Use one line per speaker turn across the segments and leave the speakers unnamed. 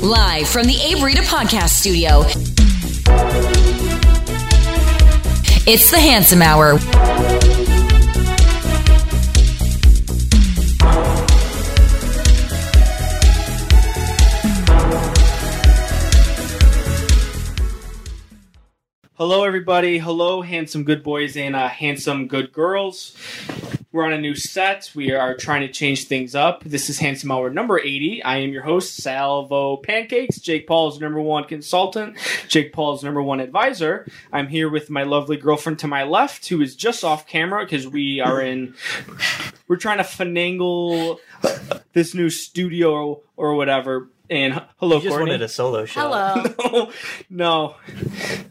Live from the Abe Rita Podcast Studio. It's the Handsome Hour.
Hello, everybody. Hello, handsome good boys and uh, handsome good girls. We're on a new set. We are trying to change things up. This is Handsome Hour number 80. I am your host, Salvo Pancakes. Jake Paul is number one consultant. Jake Paul is number one advisor. I'm here with my lovely girlfriend to my left, who is just off camera because we are in. We're trying to finagle this new studio or, or whatever. And h- hello,
You just
Courtney.
wanted a solo show.
Hello.
no, no.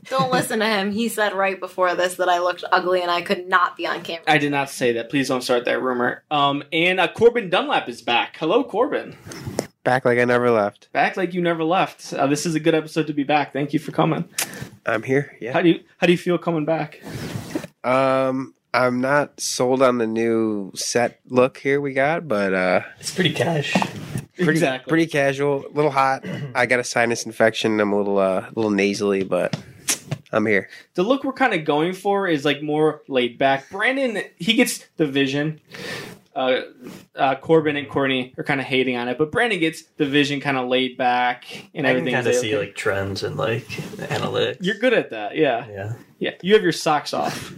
Don't listen to him. He said right before this that I looked ugly and I could not be on camera.
I did not say that. Please don't start that rumor. Um, and uh, Corbin Dunlap is back. Hello, Corbin.
Back like I never left.
Back like you never left. Uh, this is a good episode to be back. Thank you for coming.
I'm here.
How
Yeah.
do you How do you feel coming back?
Um, I'm not sold on the new set look here we got, but uh,
It's pretty cash.
pretty
exactly.
pretty casual. A little hot. I got a sinus infection. I'm a little uh, a little nasally, but I'm here.
the look we're kind of going for is like more laid back. Brandon he gets the vision. Uh, uh, Corbin and Courtney are kind of hating on it, but Brandon gets the vision kind of laid back and
I can
everything.
kind of see like trends and like analytics.
You're good at that, yeah,
yeah.
yeah. You have your socks off.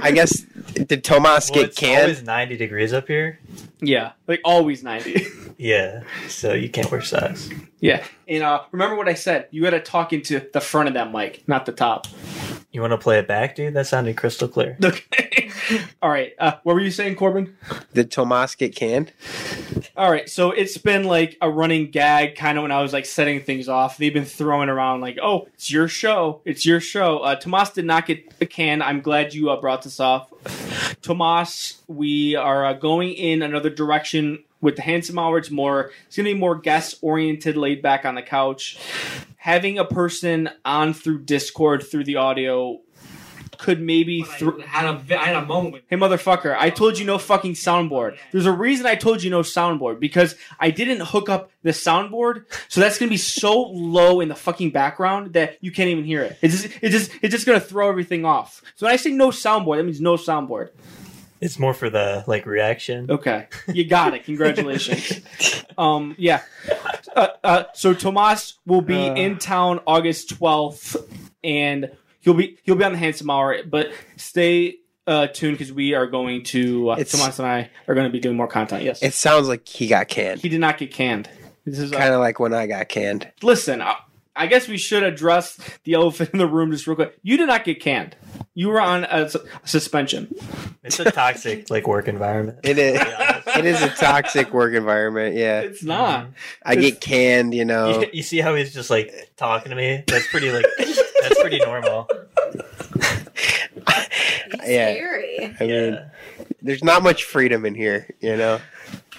I guess did Tomas
Well,
get
it's
canned?
always ninety degrees up here.
Yeah, like always ninety.
Yeah, so you can't wear socks.
Yeah. And uh, remember what I said. You got to talk into the front of that mic, not the top.
You want to play it back, dude? That sounded crystal clear.
Okay. All right. Uh, what were you saying, Corbin?
Did Tomas get canned?
All right. So it's been like a running gag kind of when I was like setting things off. They've been throwing around like, oh, it's your show. It's your show. Uh, Tomas did not get a can. I'm glad you uh, brought this off. Tomas, we are uh, going in another direction with the handsome hour. It's more, it's going to be more guest oriented, laid back on the couch. Having a person on through Discord through the audio could maybe through.
had a I had a moment.
Hey motherfucker, I told you no fucking soundboard. There's a reason I told you no soundboard because I didn't hook up the soundboard, so that's gonna be so low in the fucking background that you can't even hear it. It's just, it's just, it's just gonna throw everything off. So when I say no soundboard, that means no soundboard.
It's more for the like reaction.
Okay, you got it. Congratulations. um, yeah. Uh, uh, so Tomas will be
Uh.
in town August twelfth, and he'll be he'll be on the Handsome Hour. But stay uh, tuned because we are going to uh,
It's-
Tomas and I are going to be doing more content. Yes,
It sounds like he got canned.
he did not get canned. This is uh,
Kind of like when I got canned.
listen. I, I guess we should address the elephant in the room just real quick. You did not get canned. You were on a, s- suspension.
It's a toxic like work environment.
It is.
to be honest.
It is a toxic work environment. Yeah,
It's not.
I get canned. You know,
You, you see how he's just like talking to me? That's pretty like that's pretty normal.
He's
yeah.
scary.
I mean,
Yeah.
there's not much freedom in here. You know.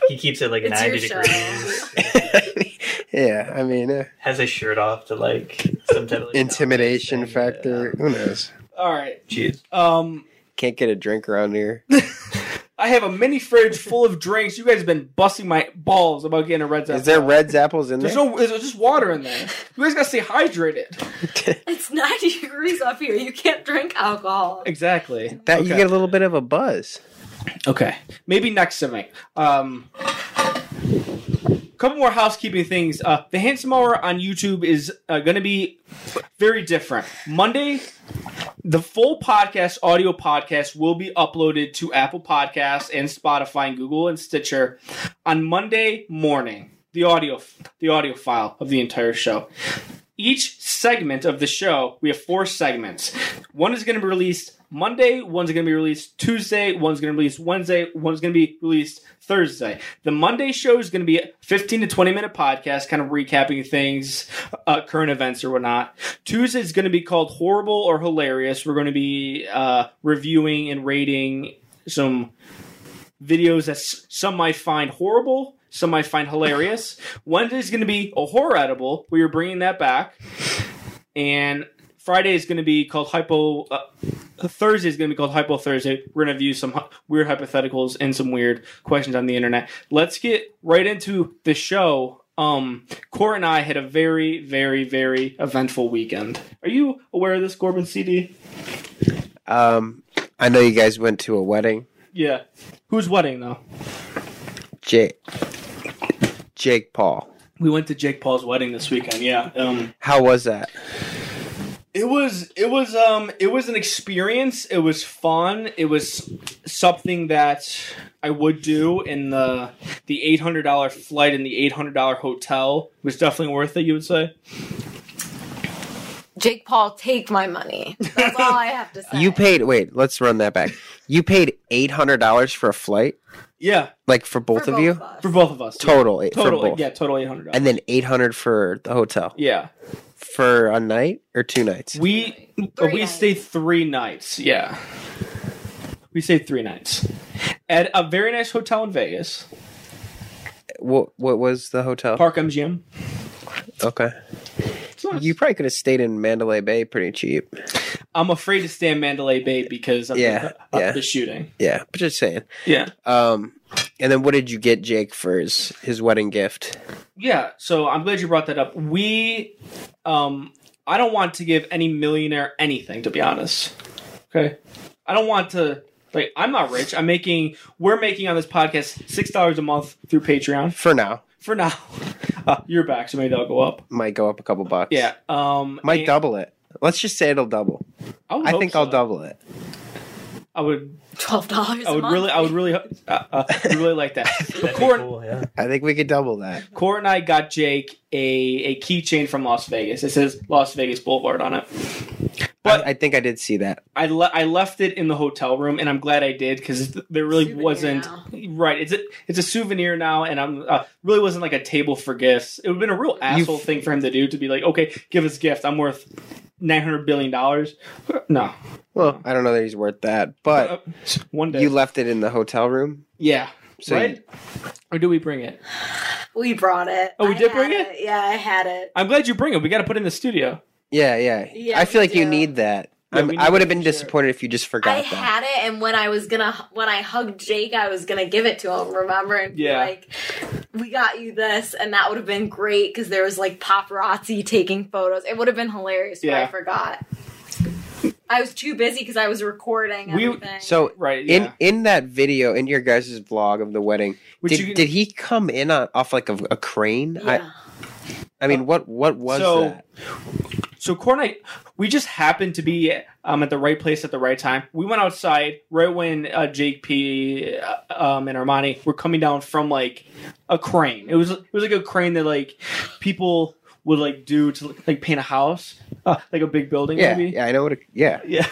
He keeps it like
It's
ninety
your show.
degrees.
yeah, I mean, eh,
Has his shirt off to like some type of like,
intimidation
thing, yeah.
factor. Who knows?
All right.
Jeez.
Um.
Can't get a drink around here.
I have a mini fridge full of drinks. You guys have been busting my balls about getting a Red Zap.
Is there Reds apples in
There's
there?
no. There's just water in there. You guys gotta stay hydrated.
It's 90 degrees up here. You can't drink alcohol.
Exactly.
that
okay.
you get a little bit of a buzz.
okay. Maybe next time. Um. Couple more housekeeping things. Uh, the Handsome Hour on YouTube is uh, going to be very different. Monday, the full podcast, audio podcast, will be uploaded to Apple Podcasts and Spotify and Google and Stitcher on Monday morning. The audio, the audio file of the entire show. Each segment of the show, we have four segments. One is going to be released Monday. One's going to be released Tuesday. One's going to be released Wednesday. One's going to be released Thursday. The Monday show is going to be a 15 to 20 minute podcast, kind of recapping things, uh, current events or whatnot. Tuesday is going to be called Horrible or Hilarious. We're going to be uh, reviewing and rating some videos that s- some might find horrible, some might find hilarious. Wednesday is going to be a horror edible. We are bringing that back, and Friday is going to be called hypo. Uh, Thursday is going to be called Hypo Thursday. We're going to view some hy- weird hypotheticals and some weird questions on the internet. Let's get right into the show. um, Cora and I had a very, very, very eventful weekend. Are you aware of this, Corbin CD?
Um, I know you guys went to a wedding.
Yeah. Whose wedding though?
Jake, Jake Paul.
We went to Jake Paul's wedding this weekend. Yeah. Um,
How was that?
It was it was um it was an experience. It was fun. It was something that I would do in the the eight hundred dollar flight and the eight hundred dollar hotel was definitely worth it. You would say
Jake Paul, take my money. That's all I have to say.
You paid. Wait, let's run that back. You paid eight hundred dollars for a flight,
yeah
like
For
for both of you,
us.
for both of us
total, eight,
total
for both,
yeah total eight hundred
and then eight hundred for the hotel
yeah
for a night or two nights.
we
Three
we
nights.
stayed three nights yeah we stayed three nights at a very nice hotel in Vegas
What What was the hotel?
Park MGM.
Okay,
It's nice.
you probably could have stayed in Mandalay Bay pretty cheap.
I'm afraid to stay in Mandalay Bay because of
Yeah,
the, of
yeah.
the shooting.
Yeah, but just saying.
Yeah.
Um, and then what did you get Jake for his his wedding gift?
Yeah, so I'm glad you brought that up. We, um, I don't want to give any millionaire anything, to be honest. Okay, I don't want to. Like, I'm not rich. I'm making. We're making on this podcast six dollars a month through Patreon
For now,
for now. Uh, you're back, so maybe that'll go up.
might go up a couple bucks.
Yeah. Um.
might
and-
double it. Let's just say it'll double.
would
I
hope
think
so.
I'll double it.
I would.
twelve dollars.
I would really. I would really. ho- Uh, uh, I'd really like that. But
That'd be
Cor,
cool, yeah.
I think we could double that.
Cor and I got Jake a a keychain from Las Vegas. It says Las Vegas Boulevard on it. But-
I, I think I did see that.
I, le- I left it in the hotel room, and I'm glad I did because there really
Souvenir
wasn't
now.
right. It's a it's a souvenir now, and I'm uh, really wasn't like a table for gifts. It would have been a real asshole thing for him to do to be like, okay, give us a gift. I'm worth nine hundred billion dollars. No,
Well, I don't know that he's worth that,
Uh,
but
one day,
you left it in the hotel room.
yeah,
So
right? Or do we bring it?
We brought it.
Oh, we
I
did bring
had
it?
Yeah, I had it.
I'm glad you bring it. We got to put it in the studio.
Yeah, yeah.
Yeah,
I feel
we
like you
do.
need that.
Yeah,
I'm-
we need
I would
to
have been
share it.
disappointed if you just forgot
I
that.
had it, and when I was gonna, when I hugged Jake, I was gonna give it to him. Remember? And be
Yeah.
Like, we got you this, and that would have been great because there was like paparazzi taking photos. It would have been hilarious, but I
Yeah.
forgot. I was too busy because I was recording
We-
everything.
so
Right?
in
yeah.
in that video, in your guys' vlog of the wedding,
Would
did,
you-
did he come in on, off like a, a crane?
yeah.
I I mean, what what was
So-
that?
So Corn, I, we just happened to be um, at the right place at the right time. We went outside right when uh, Jake P uh, um, and Armani were coming down from like a crane. It was it was like a crane that like people would like do to like paint a house, uh, like a big building.
Yeah,
maybe.
yeah, I know what. A, yeah,
Yeah.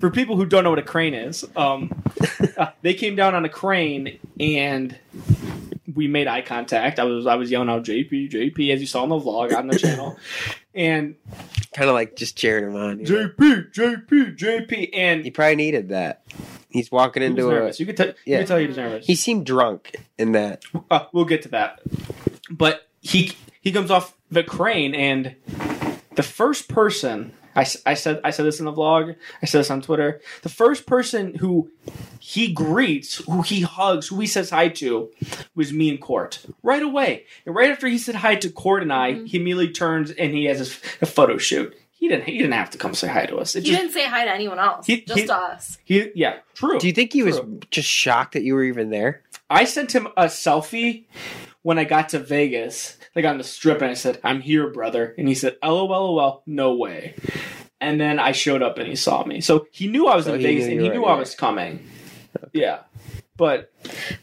For people who don't know what a crane is, um, uh, they came down on a crane and we made eye contact. I was I was yelling out JP JP as you saw in the vlog on the channel, and
kind of like just cheering him on. You, know?
JP JP JP and
He probably needed that. He's walking
he was
into a.
nervous. You could tell. You
Yeah.
could tell he was nervous.
He seemed drunk in that.
Uh, we'll get to that. But he he comes off the crane, and the first person I, s- I said I said this in the vlog. I said this on Twitter. The first person who he greets, who he hugs, who he says hi to, was me and Court right away. And right after he said hi to Court and
Mm-hmm.
I, he immediately turns and he has a, f- a photo shoot. He didn't he didn't have to come say hi to us. It
He
just
didn't say hi to anyone else,
He-
just
he-
to us.
he yeah true.
Do you think he was
True.
just shocked that you were even there?
I sent him a selfie when I got to Vegas, like on the strip, and I said, I'm here, brother. And he said, LOL, LOL, no way. And then I showed up and he saw me. So he knew I was
So
in
he
Vegas
knew
and
you
he
were
knew I
there.
was coming. Yeah. But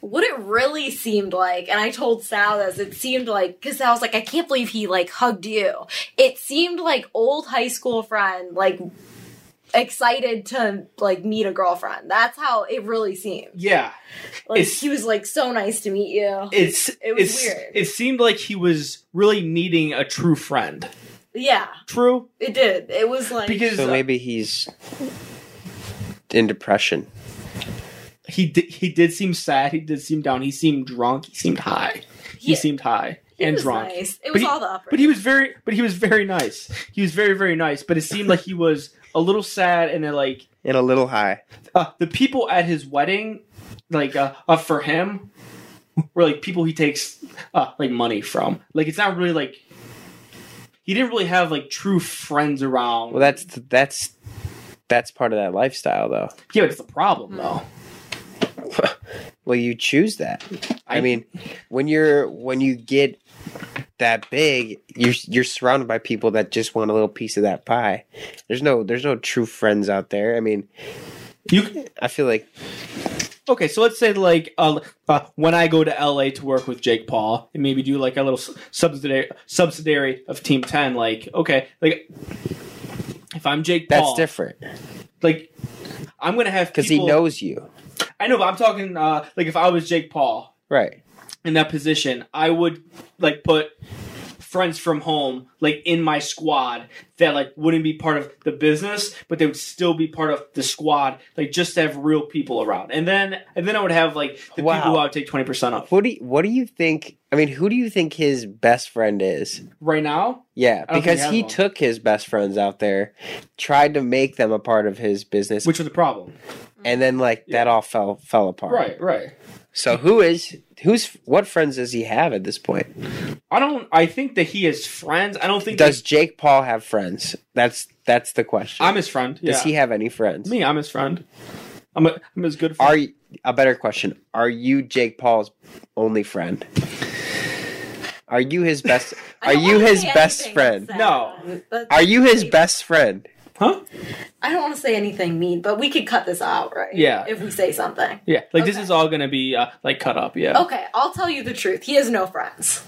what it really seemed like and i told sal this it seemed like because i was like i can't believe he like hugged you it seemed like old high school friend like excited to like meet a girlfriend that's how it really seemed
yeah,
like
It's-
he was like so nice to meet you
it's
It was
it's,
weird.
It seemed like he was really needing a true friend.
yeah
True,
it did it was like
because
So
uh,
maybe he's in depression.
he did, he did seem sad. He did seem down. He seemed drunk. He seemed high. He
Yeah.
seemed high
he
and
was
drunk.
nice. it
But
was
he-
all the upper
But he was very, but he was very nice. He was very, very nice. But it seemed like he was a little sad, and then like
And a little high.
uh, the people at his wedding, like uh, uh, for him, or like people he takes uh, like money from. Like it's not really like he didn't really have like true friends around.
Well, that's that's that's part of that lifestyle, though.
yeah, but it's the problem though.
Well, you choose that. I
I-
mean, when you're when you get that big, you're you're surrounded by people that just want a little piece of that pie. There's no there's no true friends out there. I mean,
You c-
I feel like
okay? So let's say like uh, uh, when I go to LA to work with Jake Paul and maybe do like a little s- subsidiary subsidiary of Team Ten. Like okay, like if I'm Jake
that's
Paul,
different
Like I'm gonna have
because he
people-
knows you,
I know, but I'm talking uh, like if I was Jake Paul
right?
in that position, I would like put friends from home like in my squad that like wouldn't be part of the business, but they would still be part of the squad, like just to have real people around. And then and then I would have like the
Wow.
people who I would take twenty percent of.
What do you, what do you think? I mean, who do you think his best friend is?
Right now,
Yeah,
I don't think he
because
has
he
one.
took his best friends out there, tried to make them a part of his business,
which was a problem.
and then like that all fell fell apart.
Right, right.
So who is who's what friends does he have at this point?
I don't I think that he is friends. I don't think
Does Jake Paul have friends? That's that's the question.
I'm his friend. Yeah.
does he have any friends?
me, I'm his friend. I'm a, I'm his good friend.
Are you, a better question? Are you Jake Paul's only friend? Are you his best?
I
Are
don't
you
wanna
his
say
best
anything
friend?
sad.
No.
That's-
Are you his best friend?
huh?
I don't want to say anything mean, but we could cut this out, right?
Yeah.
If we say something.
Yeah. Like this
Okay. Oh.
is all gonna be uh, like cut up, yeah.
Okay, I'll tell you the truth. He has no friends.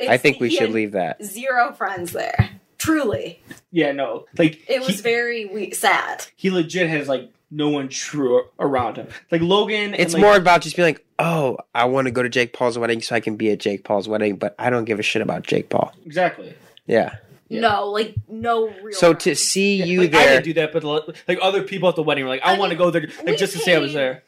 I
It's-
think we
he
should
had
leave that.
Zero friends there. Truly,
Yeah, no. Like
it was
he-
very we- sad.
he legit has like no one true around him. Like Logan, and,
It's
like,
more about just being like, oh, I want to go to Jake Paul's wedding so I can be at Jake Paul's wedding, but I don't give a shit about Jake Paul.
exactly.
Yeah.
Yeah.
No, like no real.
So to
friends.
see you
like, I
there,
didn't do that, but like other people at the wedding were like, "I,
I
want to
mean,
go there," like
we
just to say I was
paid-
there.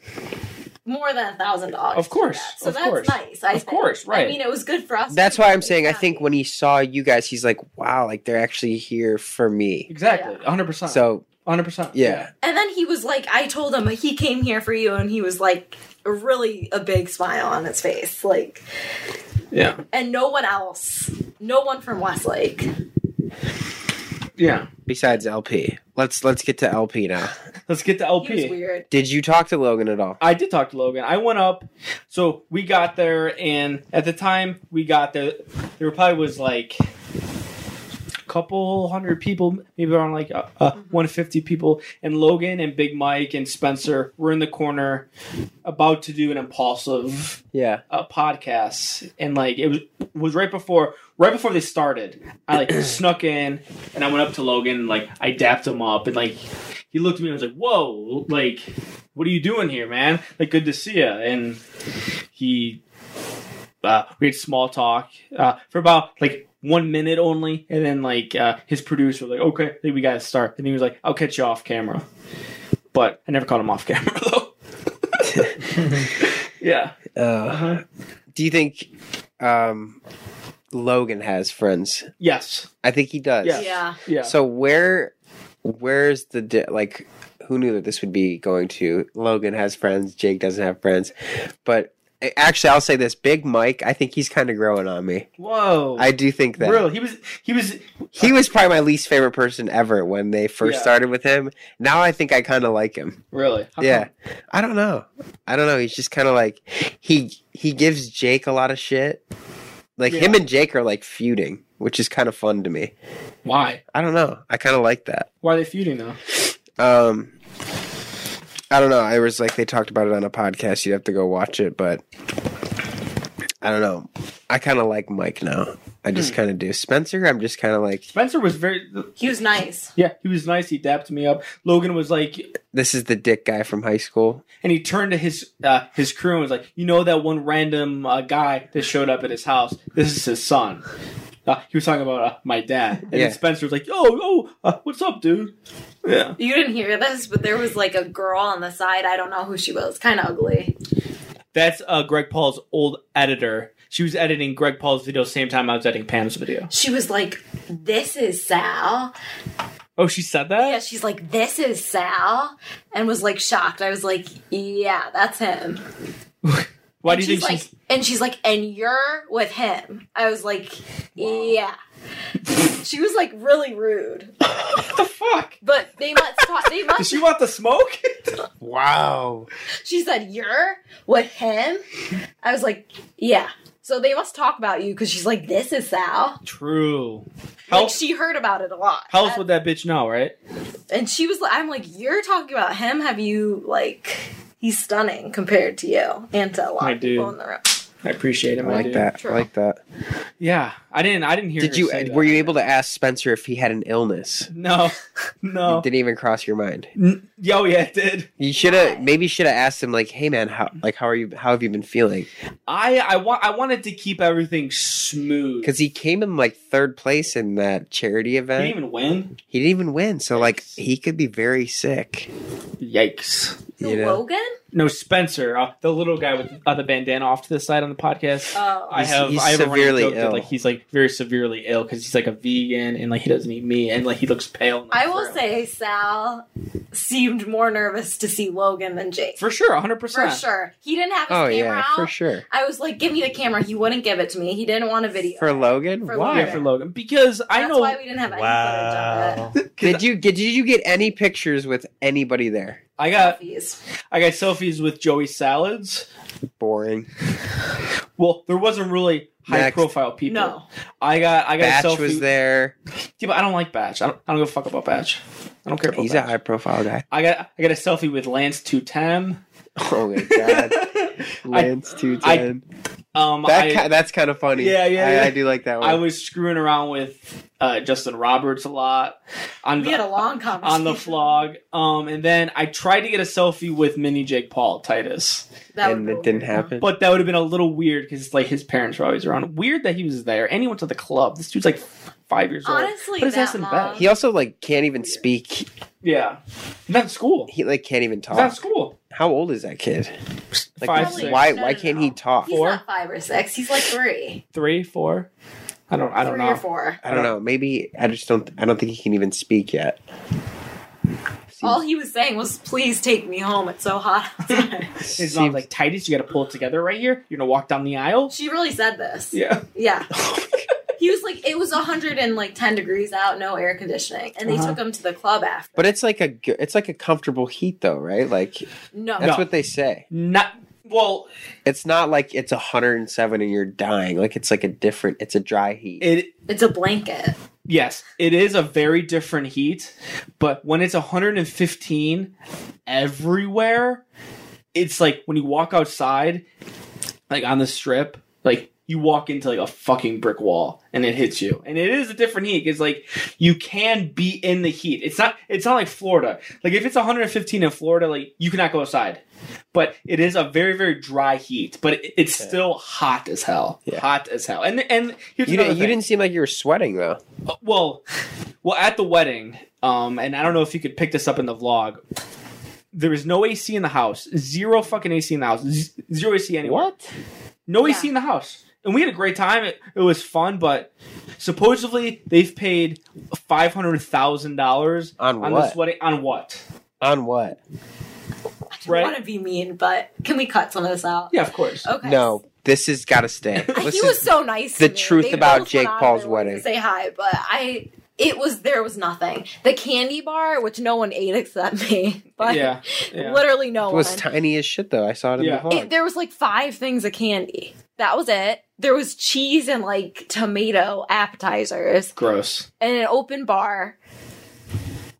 more than a thousand dollars.
Of
to do
course,
that. So
of
that's
course.
nice. I
Of
think.
course, right.
I mean, it was good for us.
that's why I'm saying I
Yeah.
think when he saw you guys, he's like, wow, like they're actually here for me.
Exactly, one hundred percent. So
So
one hundred percent.
yeah,
And then he was like, I told him he came here for you, and he was like, really a big smile on his face, like,
yeah,
and no one else, no one from Westlake.
yeah.
besides LP, let's let's get to LP now.
Let's get to
He was
LP.
weird.
Did you talk to Logan at all?
I did talk to Logan. I went up, so we got there, and at the time we got there, there probably was like a couple hundred people, maybe around like uh, uh, 150 people. And Logan and Big Mike and Spencer were in the corner, about to do an impulsive
Yeah,
uh, podcast, and like it was was right before right before they started. I like snuck in, and I went up to Logan, and like I dapped him up, and like he looked at me and was like, "Whoa, like, what are you doing here, man? Like, good to see you." And he, uh, we had small talk uh, for about like one minute only, and then like uh, his producer was like, "Okay, I think we gotta start." And he was like, "I'll catch you off camera," but I never caught him off camera though. yeah. Uh-huh.
uh, do you think um, Logan has friends?
Yes.
I think he does.
Yeah.
Yeah.
Yeah.
So where where's the di- like who knew that this would be going to Logan has friends, Jake doesn't have friends. But eh, actually I'll say this, Big Mike, I think he's kind of growing on me.
Whoa.
I do think that.
Really? He was he was
He was probably my least favorite person ever when they first
Yeah.
started with him. Now I think I kind of like him.
really. How
yeah.
come?
I don't know. I don't know. He's just kind of like he he gives Jake a lot of shit. Like him
Yeah.
and Jake are like feuding, which is kind of fun to me.
Why?
I don't know. I kind of like that.
Why are they feuding though?
Um, I don't know. I was like, they talked about it on a podcast. You'd have to go watch it, but I don't know. I kind of like Mike now. I just kind of do. Spencer, I'm just kind of like,
Spencer was very
He was nice.
yeah, he was nice. He dapped me up. Logan was like
this is the dick guy from high school.
and he turned to his uh, his crew and was like, "You know that one random uh, guy that showed up at his house? This is his son." Uh, he was talking about uh, my dad, and
Yeah.
then Spencer was like, "Yo, yo, uh, what's up, dude?" Yeah,
You didn't hear this, but there was like a girl on the side. I don't know who she was. Kind of ugly.
that's uh, Greg Paul's old editor. She was editing Greg Paul's video same time I was editing Pam's video.
She was like, "This is Sal."
Oh, she said that.
Yeah, she's like, "This is Sal," and was like shocked. I was like, "Yeah, that's him."
Why
and
do you
she's
think
like,
she's?
And she's like, and you're with him. I was like, yeah. she was like really rude,
What the fuck?
but they must talk. They
Does
must.
she want the smoke?
Wow.
She said, you're with him. I was like, yeah. So they must talk about you because she's like, this is Sal.
True. How
Like she heard about it a lot.
how else
And-
would that bitch know, right?
and she was like, I'm like, you're talking about him. Have you like? He's stunning compared to you and to a lot
My
of people
dude.
in the room.
I appreciate him.
I like
do.
that.
True.
I like that.
Yeah, I didn't. I didn't hear.
Did
her
you
say that.
were you able to ask Spencer if he had an illness?
No, no.
Didn't even cross your mind.
N- Yo, yeah, it did.
You should have maybe should have asked him like, "Hey man, how like how are you? How have you been feeling?"
I I want I wanted to keep everything smooth.
Because he came in like third place in that charity
he
event.
didn't even win.
He didn't even win, so like he could be very sick.
Yikes!
Who,
You know.
Logan?
No, Spencer, uh, the little guy with uh, the bandana off to the side on the podcast.
Oh,
I
He's-
have
he's
I have
severely
a running joke
ill.
that like he's like very severely ill because he's like a vegan and like he doesn't eat meat and like he looks pale. and, like,
I will
frail.
say Sal seemed more nervous to see Logan than Jake. For,
for sure, hundred percent.
sure. He didn't have his
Oh
camera
yeah,
out.
for sure.
I was like, give me the camera. He wouldn't give it to me. He didn't want a video.
For Logan,
For
why?
Yeah, for Logan because I
That's
know.
why we didn't have any footage of
Wow.
Did you get? Did you get any pictures with anybody there?
I
it.
got
Selfies.
I got selfies with Joey Salads.
Boring.
Well, there wasn't really high
Next.
profile people.
No.
I got I got a
Batch
selfie.
was there.
Yeah, but I don't like Batch. I don't, I don't give a fuck about Batch. I don't care about
He's a
Batch.
high profile guy.
I got I got a selfie with Lance two ten.
Oh my god, Lance two ten.
um,
That
I,
ki- that's kind of funny.
Yeah, yeah,
I,
yeah.
I do like that one.
I was screwing around with uh, Justin Roberts a lot on
We had a
the
long conversation.
on the vlog. Um, and then I tried to get a selfie with Mini Jake Paul Titus,
That
and
would
it
be
didn't
weird.
happen.
but that would have been a little weird because like his parents were always around. Weird that he was there. And he went to the club. This dude's like five years old.
Honestly,
Put his
that
ass in bed.
long-
he also like can't even speak.
Yeah, not in school.
He like can't even talk.
That's cool.
How old is that kid? Like,
Five,
Probably-
six.
why
No,
why
no,
can't
no.
he talk?
He's
Four?
not five or six. He's like three.
Three, four. I don't. I don't
three
know.
or four.
I don't know. Maybe I just don't. I don't think he can even speak yet.
All he was saying was, please take me home. It's so hot outside.
His
Seems-
mom's like, Titus, you got to pull it together right here. You're gonna walk down the aisle.
she really said this.
Yeah.
Yeah. he was like, it was 110 degrees out, no air conditioning. And they
Uh-huh.
took him to the club after.
but it's like a g- it's like a comfortable heat though, right? Like
No.
that's
No.
what they say.
Not well.
It's not like it's 107 and you're dying. Like it's like a different. It's a dry heat.
It
It's a blanket.
yes, it is a very different heat, but when it's 115 everywhere, it's like when you walk outside, like on the strip, like. You walk into like a fucking brick wall and it hits you. And it is a different heat because like you can be in the heat. It's not it's not like Florida. Like if it's 115 in Florida, like you cannot go outside. but it is a very very dry heat but it, it's
Okay.
still hot as hell
Yeah.
hot as hell and and here's
you
another
didn't, you
thing.
didn't seem like you were sweating though.
well well at the wedding um and i don't know if you could pick this up in the vlog there was no ac in the house zero fucking ac in the house Z- zero ac anywhere
What?
no
Yeah.
ac in the house and we had a great time it, it was fun but supposedly they've paid $500000
On
on
what?
this wedding on what
On what?
I don't
Right.
want to be mean, but can we cut some of this out?
yeah of course
Okay.
No, this has got to stay.
He
This
was
is-
so nice.
the
to me.
truth
They
about
both went
Jake
out of
Paul's
their way to
wedding.
Say hi, but I. It was there was nothing. The candy bar, which no one ate except me, but
yeah, yeah.
literally no
it was
one.
tiny as shit though. I saw it in
Yeah.
the
It-
vlog.
there was like five things of candy. That was it. There was cheese and like tomato appetizers
gross
and an open bar.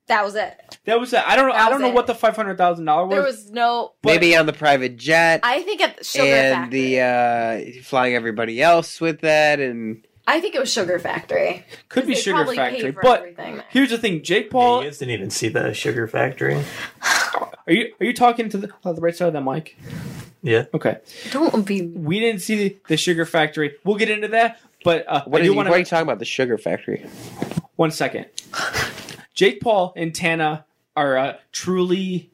That was it.
That was it. I don't know. I
That
don't
was
know
it.
what the five hundred thousand dollars
There
was.
was no.
but-
Maybe on the private jet.
I think at the Sugar
and
Factory.
the uh flying everybody else with that and
I think it was Sugar Factory.
Could be
They
Sugar
probably paid
Factory.
for
But
everything there.
here's the thing, Jake
You
Paul.
guys didn't even see the sugar factory.
Are you are you talking to the, oh, the right side of that mic?
Yeah.
Okay.
don't be.
We didn't see the Sugar Factory. We'll get into that. But uh,
what,
I
is,
do
what
want
are you
to
talking about? The sugar factory.
one second. Jake Paul and Tana are uh, truly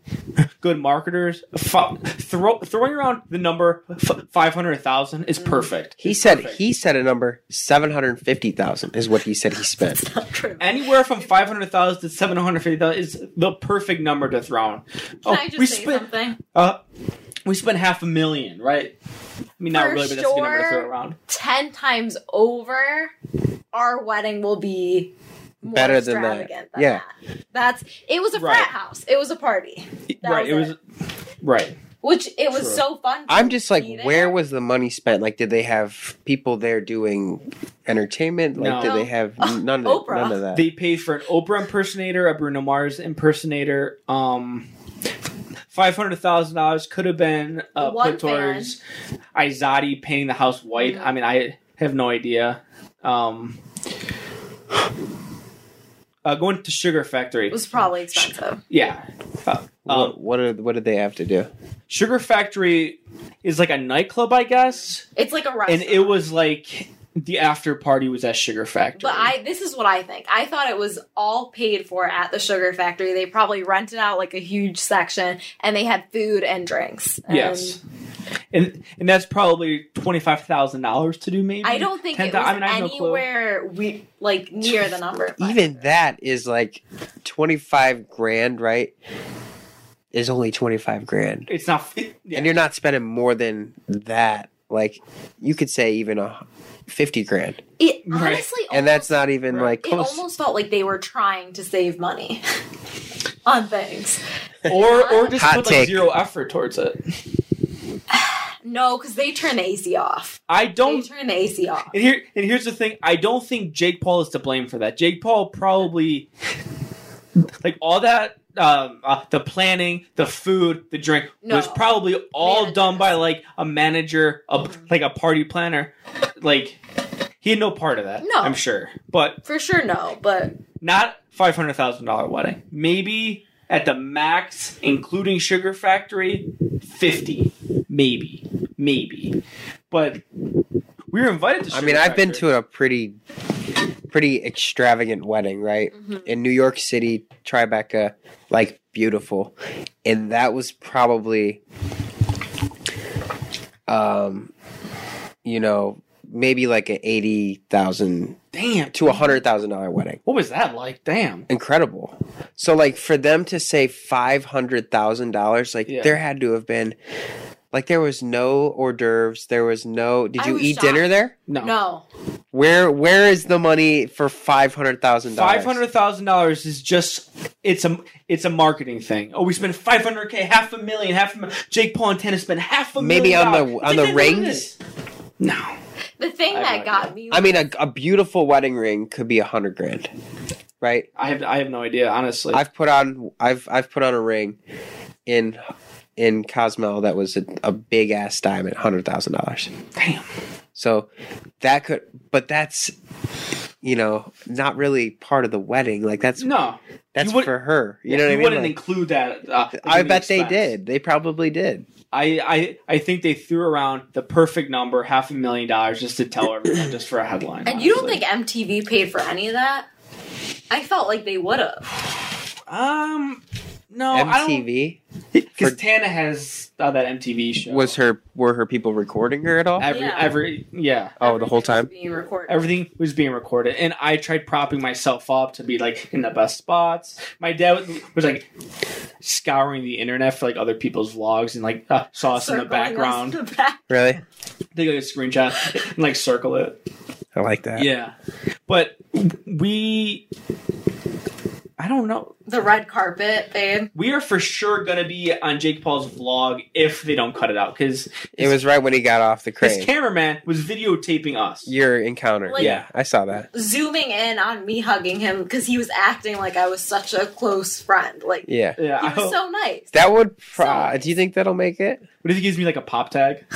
good marketers. F- throw, throwing around the number f- five hundred thousand is perfect.
He said he said a number seven hundred fifty thousand is what he said he spent.
True.
Anywhere from five hundred thousand to seven hundred fifty thousand is the perfect number to throw. Oh, Can
Can I just say something?
Uh, we spent half a million, right? I mean, not
For
really, but that's a good number to throw
sure.
around.
10 times over, our wedding will be more
Better than that.
extravagant than
Yeah.
that. That's it was a
Right.
frat house. It was a party. That
right. It
was
was.
it.
Right.
Which it was
True.
so fun. to
I'm just like,
be there.
where was the money spent? Like, did they have people there doing entertainment? Like,
No.
did they
No.
have none of
Oprah.
none of that?
They paid for an Oprah impersonator, a Bruno Mars impersonator. Um, five hundred thousand dollars could have been uh,
One Mm-hmm.
put towards Izadi painting the house white. I mean, I have no idea. Um, uh, going to Sugar Factory.
it was probably expensive.
yeah. Uh, um,
what, what are what did they have to do?
Sugar Factory is like a nightclub, I guess,
It's like a restaurant.
and it was like the after party was at Sugar Factory.
But I this is what I think. I thought it was all paid for at the sugar factory. They probably rented out like a huge section and they had food and drinks. And
Yes. And and that's probably twenty five thousand dollars to do maybe.
I don't think it was
10,000
anywhere we like near the number. but-
Even that is like twenty five grand, right? Is only twenty five grand,
It's not. it- yeah.
and you're not spending more than that. Like, you could say even a fifty grand,
it honestly
Right.
and that's not even
Right.
like
it
close.
almost felt like they were trying to save money on things.
or or just
Hot
put like
take.
zero effort towards it.
No, because they turn the AC off.
I
They
don't.
turn the AC off.
And here and here's the thing. I don't think Jake Paul is to blame for that. Jake Paul probably like all that. Um, uh, the planning, the food, the drink
No.
was probably all
Managers.
done by like a manager, a,
Mm-hmm.
like a party planner. Like he had no part of that.
No.
I'm sure. But
For sure, no, but
not five hundred thousand dollar wedding. Maybe at the max, including Sugar Factory, fifty. Maybe, maybe. But we were invited to.
I
Sugar
mean, I've been
Factory.
to a pretty, pretty extravagant wedding, right?
Mm-hmm.
In New York City, Tribeca, like beautiful, and that was probably, um, you know, maybe like an eighty thousand
damn.
to a hundred thousand dollar wedding.
What was that like? Damn.
Incredible. So, like, for them to say five hundred thousand dollars, like,
Yeah.
there had to have been. Like there was no hors d'oeuvres. There was no. Did
I
you
was
eat dinner
shocked.
there?
No.
no.
Where where is the money for five hundred thousand dollars?
Five hundred thousand dollars is just it's a it's a marketing thing. Oh, we spent five hundred k, half a million, half a million. Jake Paul and Tana spent half a
Maybe
million
on the-
dollars. It's like
on the
they know
rings?
this. No,
The thing
I have
that
no
got me
I mean, a, a beautiful wedding ring could be a hundred grand, right?
I have I have no idea. Honestly,
I've put on I've I've put on a ring in in Cozumel that was a, a big ass diamond, hundred thousand dollars.
damn.
So that could, but that's you know not really part of the wedding. Like that's
No,
that's
you wouldn't-
for her. You know
you
what I mean?
wouldn't
Like,
include that. Uh, like,
I
in the
bet they
expense.
did. They probably did.
I, I I think they threw around the perfect number, half a million dollars, just to tell everyone, just for a headline.
And you don't
honestly.
think MTV paid for any of that? I felt like they would have.
Um, no,
MTV
because
for-
Tana has uh, that MTV show.
was her. Were her people recording her at all?
every
Yeah.
every yeah.
Oh, the whole time.
Being recorded.
Everything was being recorded, and I tried propping myself up to be like in the best spots. My dad was, was like scouring the internet for like other people's vlogs, and like uh, saw us in the
Circling us
background.
in the back.
Really?
Take like, a screenshot and like circle it.
I like that.
Yeah. But we I don't know.
The red carpet, babe.
We are for sure going to be on Jake Paul's vlog if they don't cut it out cuz
It was right when he got off the
his
crane.
cameraman was videotaping us.
Your encounter.
Like-
yeah, I saw that.
Zooming in on me hugging him because he was acting like I was such a close friend. Like
Yeah.
Yeah.
he
I
was
hope-
so nice.
That would. Pro-
So-
do you think that'll make it?
what if he gives me like a pop tag?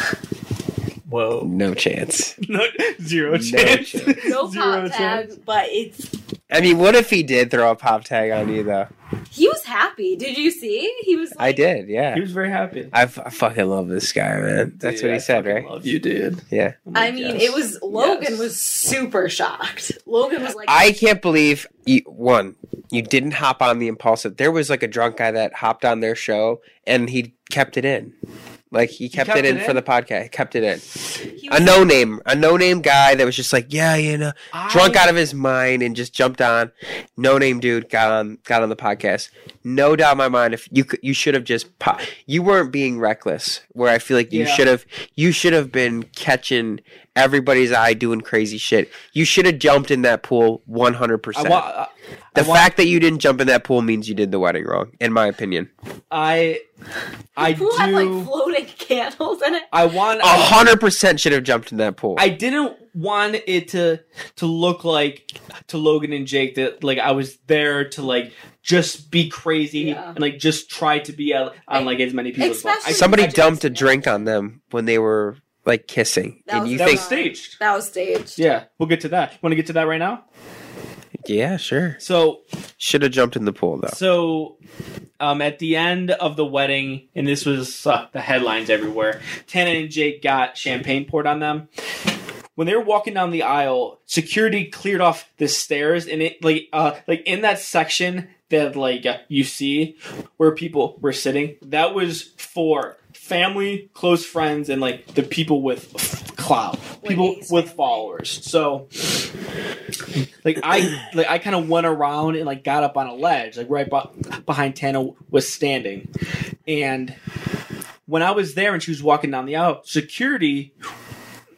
Whoa.
No chance.
no, zero
No
chance.
chance.
No
Zero
pop tag, but it's
I mean, what if he did throw a pop tag on you though?
he was happy. Did you see? He was. Like,
I did.
He
Yeah.
was very happy.
I, f- I fucking love this guy, man. That's
Dude,
what
I
he said,
fucking
right?
Love you, dude. Oh
Yeah.
I'm
I
like,
mean,
yes.
it was Logan
Yes.
was super shocked. Logan was like,
I can't believe you, one, you didn't hop on the impulsive. There was like a drunk guy that hopped on their show and he kept it in. Like he kept,
kept
it in
it
for
in?
the podcast. Kept it in.
he he
a no name, a no name guy that was just like, yeah, you know, drunk
I-
out of his mind and just jumped on. No name dude got on got on the podcast. No doubt in my mind, if you could, you should have just po- you weren't being reckless. Where I feel like you
Yeah.
should have you should have been catching everybody's eye doing crazy shit. You should have jumped in that pool one hundred percent.
I, wa- I,
The
want-
fact that you didn't jump in that pool means you did the wedding wrong, in my opinion.
I, I
pool had like
do.
floating candles in it.
I want.
A hundred percent should have jumped in that pool.
I didn't want it to to look like to Logan and Jake that like I was there to like just be crazy
Yeah.
and like just try to be out on like as many people as
Especially-
possible.
Somebody
I-
dumped a drink on them when they were like kissing,
That
and
was
you
I, that
think,
was staged.
That was staged.
Yeah, we'll get to that. You want to get to that right now?
yeah, sure,
So
should have jumped in the pool though.
So, um, at the end of the wedding, and this was uh, the headlines everywhere. Tana and Jake got champagne poured on them. When they were walking down the aisle, security cleared off the stairs, and it like uh, like in that section that like uh, you see where people were sitting, that was for family, close friends, and like the people with clout, people
Wendy's
with
family.
followers. So like I like I kind of went around and like got up on a ledge, like right be- behind Tana was standing, and when I was there and she was walking down the aisle, security,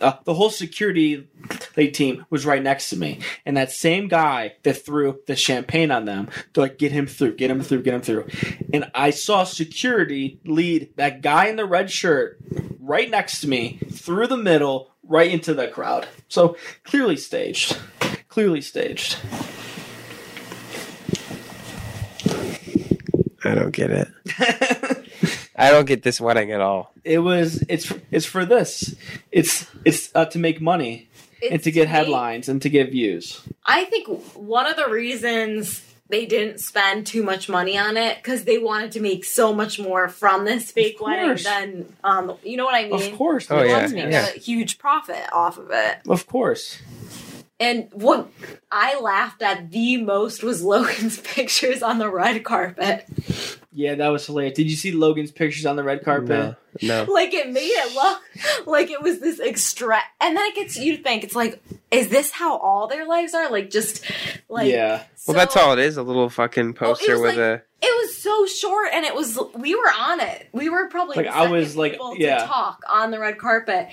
uh, the whole security like team was right next to me, and that same guy that threw the champagne on them, they're like, "Get him through, get him through, get him through," and I saw security lead that guy in the red shirt right next to me through the middle right into the crowd. So clearly staged clearly staged.
I don't get it. I don't get this wedding at all.
It was it's it's for this. It's it's uh, to make money and
It's
to get
me.
headlines and to get views.
I think one of the reasons they didn't spend too much money on it because they wanted to make so much more from this fake wedding
course.
than um, you know what I mean.
Of course.
Oh,
They
yeah,
wanted to make
yeah.
a huge profit off of it.
Of course.
And what I laughed at the most was Logan's pictures on the red carpet.
Yeah, that was hilarious. Did you see Logan's pictures on the red carpet?
No, no.
Like it made it look like it was this extra, and then it gets you to think it's like, is this how all their lives are? Like just like
yeah.
Well,
so-
that's all it is—a little fucking poster
was
with
like-
a.
It was so short, and it was we were on it. We were probably
Like,
the
I was,
second
like,
people
yeah.
to talk on the red carpet,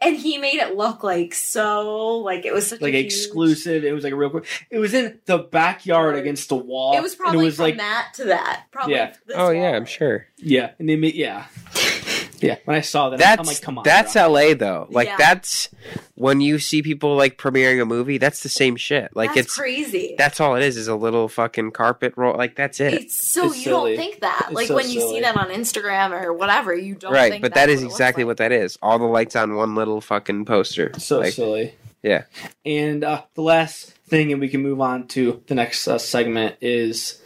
and he made it look like so like it was such
Like
a huge-
exclusive. It was like a real quick. It was in the backyard against the wall.
It was
and
probably
it was
from
like
that to that. Probably
Yeah.
this
Oh yeah,
wall.
I'm sure.
yeah, and they made yeah. Yeah, when I saw that,
That's
I'm like, come on.
that's
bro.
LA though. Like
Yeah.
that's when you see people like premiering a movie. That's the same shit. Like
That's
it's
crazy.
that's all it is—is a little fucking carpet roll. Like that's it.
it's so
It's
you
silly.
don't think that
It's
like
so
when you
silly.
see that on Instagram or whatever you don't
right,
think
but that
that's
is
what it looks
exactly
like.
what that is. All the lights on one little fucking poster.
so
like,
silly.
Yeah.
And uh, the last thing, and we can move on to the next uh, segment, is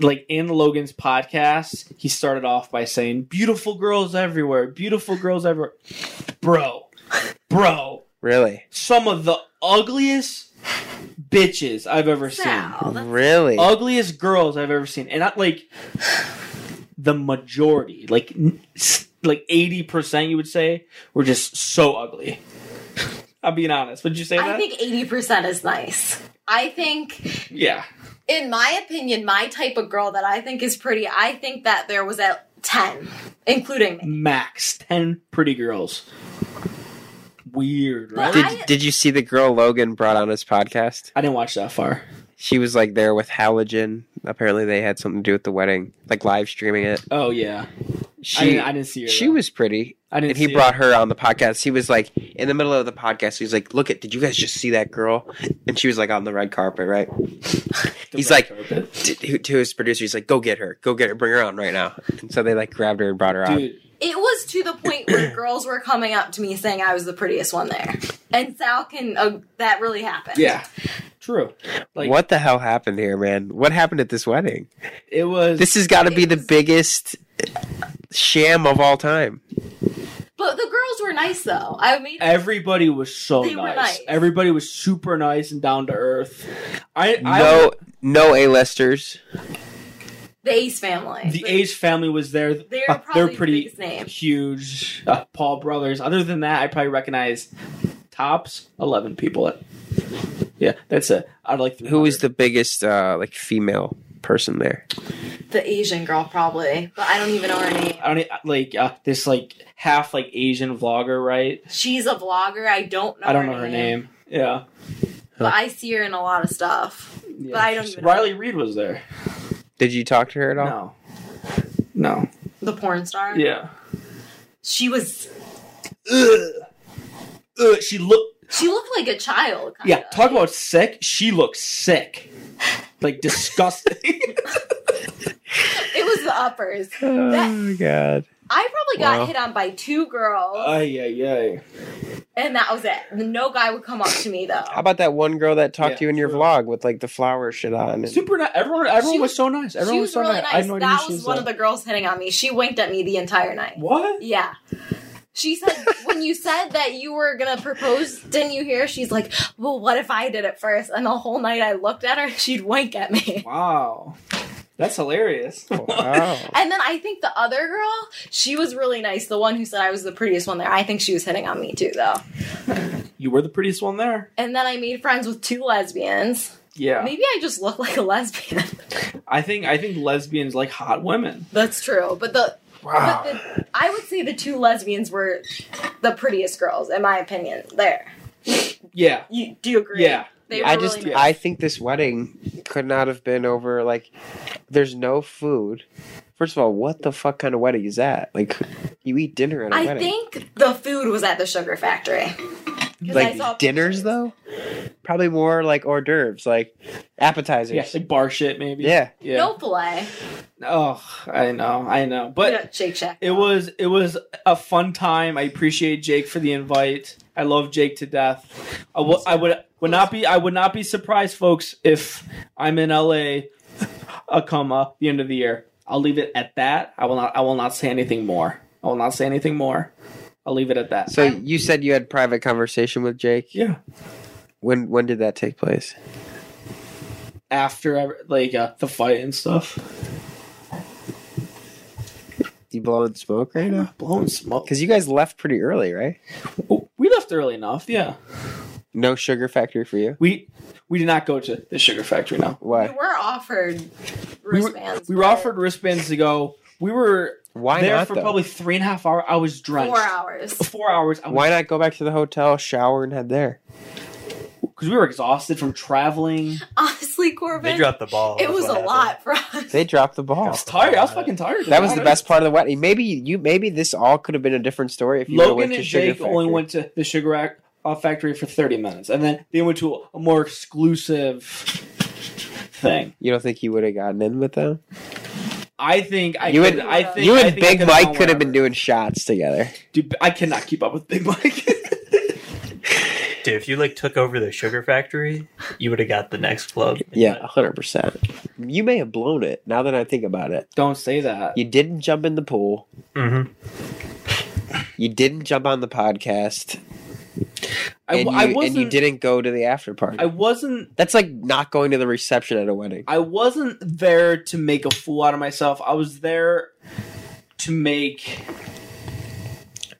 like in Logan's podcast, he started off by saying, Beautiful girls everywhere, beautiful girls everywhere. Bro, bro,
Really?
some of the ugliest bitches I've ever seen.
Wow, that's-
Really?
Oh, Ugliest girls I've ever seen. And not like the majority, like n- s- like 80%, you would say, were just so ugly. I'm being honest. Would you say that?
I think eighty percent is nice. I think
yeah.
in my opinion, my type of girl that I think is pretty, I think that there was at 10, including me.
max 10 pretty girls. Weird, right?
But
did,
I-
did you see the girl Logan brought on his podcast?
I didn't watch that far.
She was like there with Halogen. Apparently, they had something to do with the wedding, like live streaming it.
Oh yeah,
She,
I, didn't, I didn't see her.
she
though.
was pretty.
I didn't.
And he
see
brought her on the podcast. He was like in the middle of the podcast. He was like, "Look at, did you guys just see that girl?" And she was like on the red carpet, right?
the
he's
red
like-
carpet.
To, to his producer, he's like, "Go get her, go get her, bring her on right now." And so they like grabbed her and brought her on.
dude,
It was to the point where girls were coming up to me saying I was the prettiest one there. And Sal can, uh, that really happened.
yeah, true. Like
what the hell happened here, man? What happened at this wedding?
It was.
This has got to be the biggest sham of all time.
But the girls were nice though. I mean,
everybody was so
They
nice.
were nice.
Everybody was super nice and down to earth. I, I
no, no A-listers.
The Ace family.
The
Like,
Ace family was there.
They're
Uh,
probably the
pretty
biggest name.
huge. Uh, Paul Brothers. Other than that, I probably recognize tops eleven people. Yeah, that's it. I'd like
Who is the biggest uh, like female person there?
The Asian girl, probably. But I don't even know her name.
I don't e- like uh, this like half like Asian vlogger, right?
She's a vlogger. I don't know
I don't know her name. Yeah.
But I see her in a lot of stuff.
yeah.
But I don't even know.
Riley Reed was there.
Did you talk to her at all?
No. No.
The porn star.
Yeah.
She was.
Ugh. Ugh, she looked.
She looked like a child. kinda.
Yeah. Talk about sick. She looks sick. Like disgusting.
It was the uppers.
Oh
That-
my god.
I probably got
Wow.
hit on by two girls,
yeah, yeah.
and that was it. No guy would come up to me though.
How about that one girl that talked
Yeah,
to you in your
true.
vlog with like the flower shit on? and-
Super nice. Everyone, everyone
She
was,
was-
so nice. Everyone
she
was,
was
so
really
nice.
nice.
I had no idea
that
she
was,
was
one
there.
of the girls hitting on me. She winked at me the entire night.
What?
Yeah. She said, when you said that you were gonna propose, didn't you hear? She's like, well, what if I did it first? And the whole night I looked at her and she'd wink at me.
Wow. That's hilarious.
Oh. Wow.
And then I think the other girl, she was really nice. The one who said I was the prettiest one there. I think she was hitting on me too, though.
you were the prettiest one there.
And then I made friends with two lesbians.
Yeah.
Maybe I just look like a lesbian.
I think I think lesbians like hot women.
That's true. But the But the, I would say the two lesbians were the prettiest girls, in my opinion. There,
Yeah.
you do you agree?
Yeah.
they were
I just
really nice.
I think this wedding could not have been over like there's no food. First of all, what the fuck kind of wedding is that? Like you eat dinner at a
I
wedding.
think the food was at the sugar factory. 'Cause I saw
like
pictures.
dinners though? Probably more like hors d'oeuvres, like appetizers.
Yeah. Like bar shit maybe.
Yeah.
Yeah.
No filet.
Oh, I know. I know. But
But Shake Shack.
it was it was a fun time. I appreciate Jake for the invite. I love Jake to death. I would I would would not be I would not be surprised, folks, if I'm in LA, a comma the end of the year. I'll leave it at that. I will not I will not say anything more. I will not say anything more. I'll leave it at that.
So you said you had private conversation with Jake.
yeah.
When when did that take place?
After ev- like uh, the fight and stuff,
You blowing smoke right now?
blowing smoke.
Because you guys left pretty early, right?
Oh, we left early enough. Yeah,
No sugar factory for you.
we we did not go to the sugar factory. No,
We
Why?
were offered
we were,
wristbands.
we were
but
offered wristbands to go. We were
Why
there
not?
for
though?
probably three and a half hours. I was drenched.
four hours.
Four hours. I was,
Why not go back to the hotel, shower, and head there?
Because we were exhausted from traveling.
Honestly,
They
Corbin,
dropped the ball.
it
That's
was a
what happened.
lot for us.
They dropped the ball.
I was tired. I was fucking tired.
That was the best part of the wedding. Maybe you. Maybe this all could have been a different story if you would've
Logan
went to
and
Sugar
Jake
Factory.
only went to the sugar Rack- uh, factory for thirty minutes, and then they went to a more exclusive thing.
You don't think you would have gotten in with them?
I think I
You
could-
and-
I think
you
I
and
think I
Big
could've
Mike
gone
could have been
wherever.
doing shots together.
Dude, I cannot keep up with Big Mike.
Dude, if you like took over the sugar factory, you would have got the next club.
Yeah, hundred percent. You may have blown it. Now that I think about it,
Don't say that.
you didn't jump in the pool.
Mm-hmm.
You didn't jump on the podcast,
I,
and, you,
I
and you
wasn't.
didn't go to the after party.
I wasn't.
That's like not going to the reception at a wedding.
I wasn't there to make a fool out of myself. I was there to make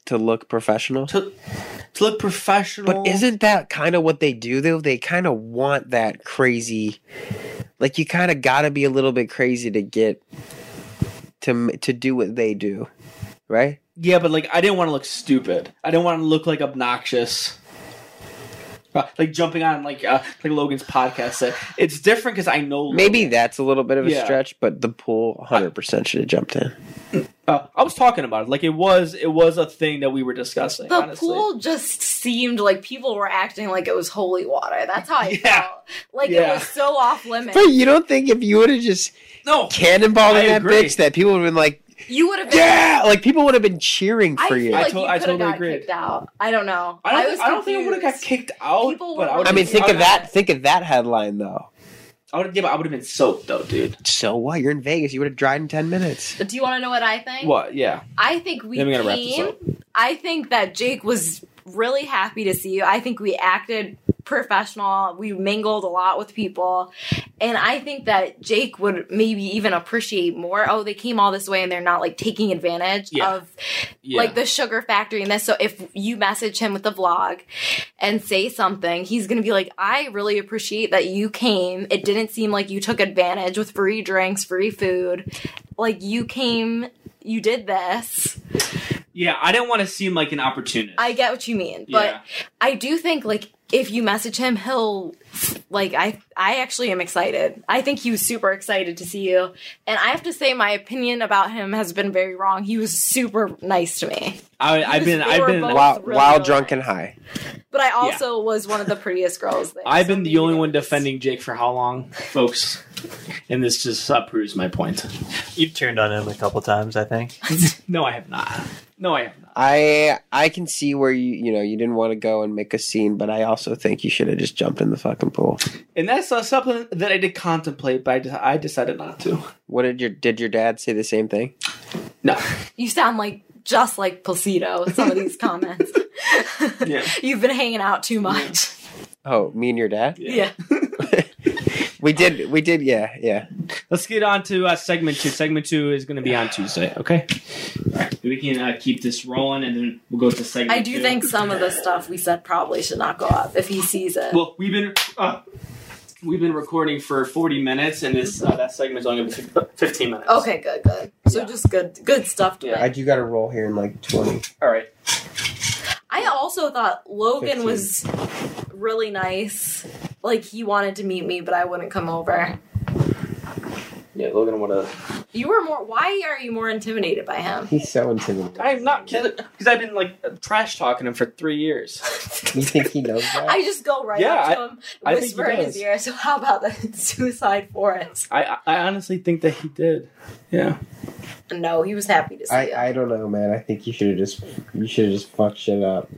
to look professional.
to to look professional.
But isn't that kind of what they do though? They kind of want that crazy, like you kind of got to be a little bit crazy to get to m- to do what they do, right?
yeah, but like I didn't want to look stupid. I didn't want to look like obnoxious. Uh, like jumping on like uh, like Logan's podcast said, it's different because I know Logan.
Maybe that's a little bit of a
Yeah.
stretch, but the pool 100 percent should have jumped in.
Uh, I was talking about it. Like it was it was a thing that we were discussing.
The
honestly.
pool just seemed like people were acting like it was holy water. That's how I
Yeah.
felt. Like
Yeah.
it was so off limits.
But you don't think if you would have just
No,
cannonballed
I
in that
agree.
bitch that people would have been like,
You would have been
yeah, like people would have been cheering
I
for
feel
you.
like
I to-
you
I
could have
totally
got
agree.
kicked out. I don't know.
I don't,
was
I don't think I would have got
confused.
kicked out.
People
but
were
I, would
I mean, think
I
of
would've-
that. Think of that headline though.
I would have yeah, but I would have been soaked though, dude.
So what? You're in Vegas. You would have dried in ten minutes.
But do you want to know what I think?
What? Yeah.
I think we
Then we gotta wrap this
came. I think that Jake was really happy to see you. I think we acted professional. We mingled a lot with people. And I think that Jake would maybe even appreciate more. Oh, they came all this way and they're not like taking advantage
Yeah.
of
Yeah.
like the sugar factory and this. So if you message him with the vlog and say something, he's gonna be like, I really appreciate that you came. It didn't seem like you took advantage with free drinks, free food. Like you came, you did this.
yeah, I didn't want to seem like an opportunist.
I get what you mean, but
Yeah.
I do think like if you message him, he'll like I I actually am excited. I think he was super excited to see you. And I have to say my opinion about him has been very wrong. He was super nice to me.
I, I've been,
They
I've
were
been,
both
While,
really
while
nice.
drunk and high.
But I also was one of the prettiest girls there.
I've
so
been the
maybe
only
it
one
was-
defending Jake for how long, folks? And this just uh, proves my point.
You've turned on him a couple times, I think.
No, I have not. No, I have not.
I I can see where you you know you didn't want to go and make a scene, but I also think you should have just jumped in the fucking pool.
And that's uh, something that I did contemplate, but I, de- I decided not to.
What did your did your dad say the same thing?
No.
You sound like just like Placido with some of these comments.
Yeah.
You've been hanging out too much.
Oh, me and your dad?
Yeah.
We did we did yeah yeah.
Let's get on to uh, segment two. Segment two is going to be on Tuesday. Okay. All right. We can uh, keep this rolling, and then we'll go to segment.
I do
two.
think some of the stuff we said probably should not go up if he sees it.
Well, we've been uh, we've been recording for forty minutes, and this uh, that segment's only going to be fif- fifteen minutes.
okay, good, good. So
Yeah.
just good good stuff to
Yeah.
I do got a roll here in like twenty.
All right.
I also thought Logan was really nice. Like he wanted to meet me, but I wouldn't come over.
Yeah, Logan, what a.
You were more why are you more intimidated by him?
He's so intimidating.
I'm not kidding because I've been like trash talking him for three years.
You think he knows that?
I just go right
Yeah,
up to him,
I think he
whisper in his
does.
ear, so how about the suicide forest?
I I honestly think that he did. Yeah.
No, he was happy to see
I,
you.
I don't know, man. I think you should have just you should have just fucked shit up.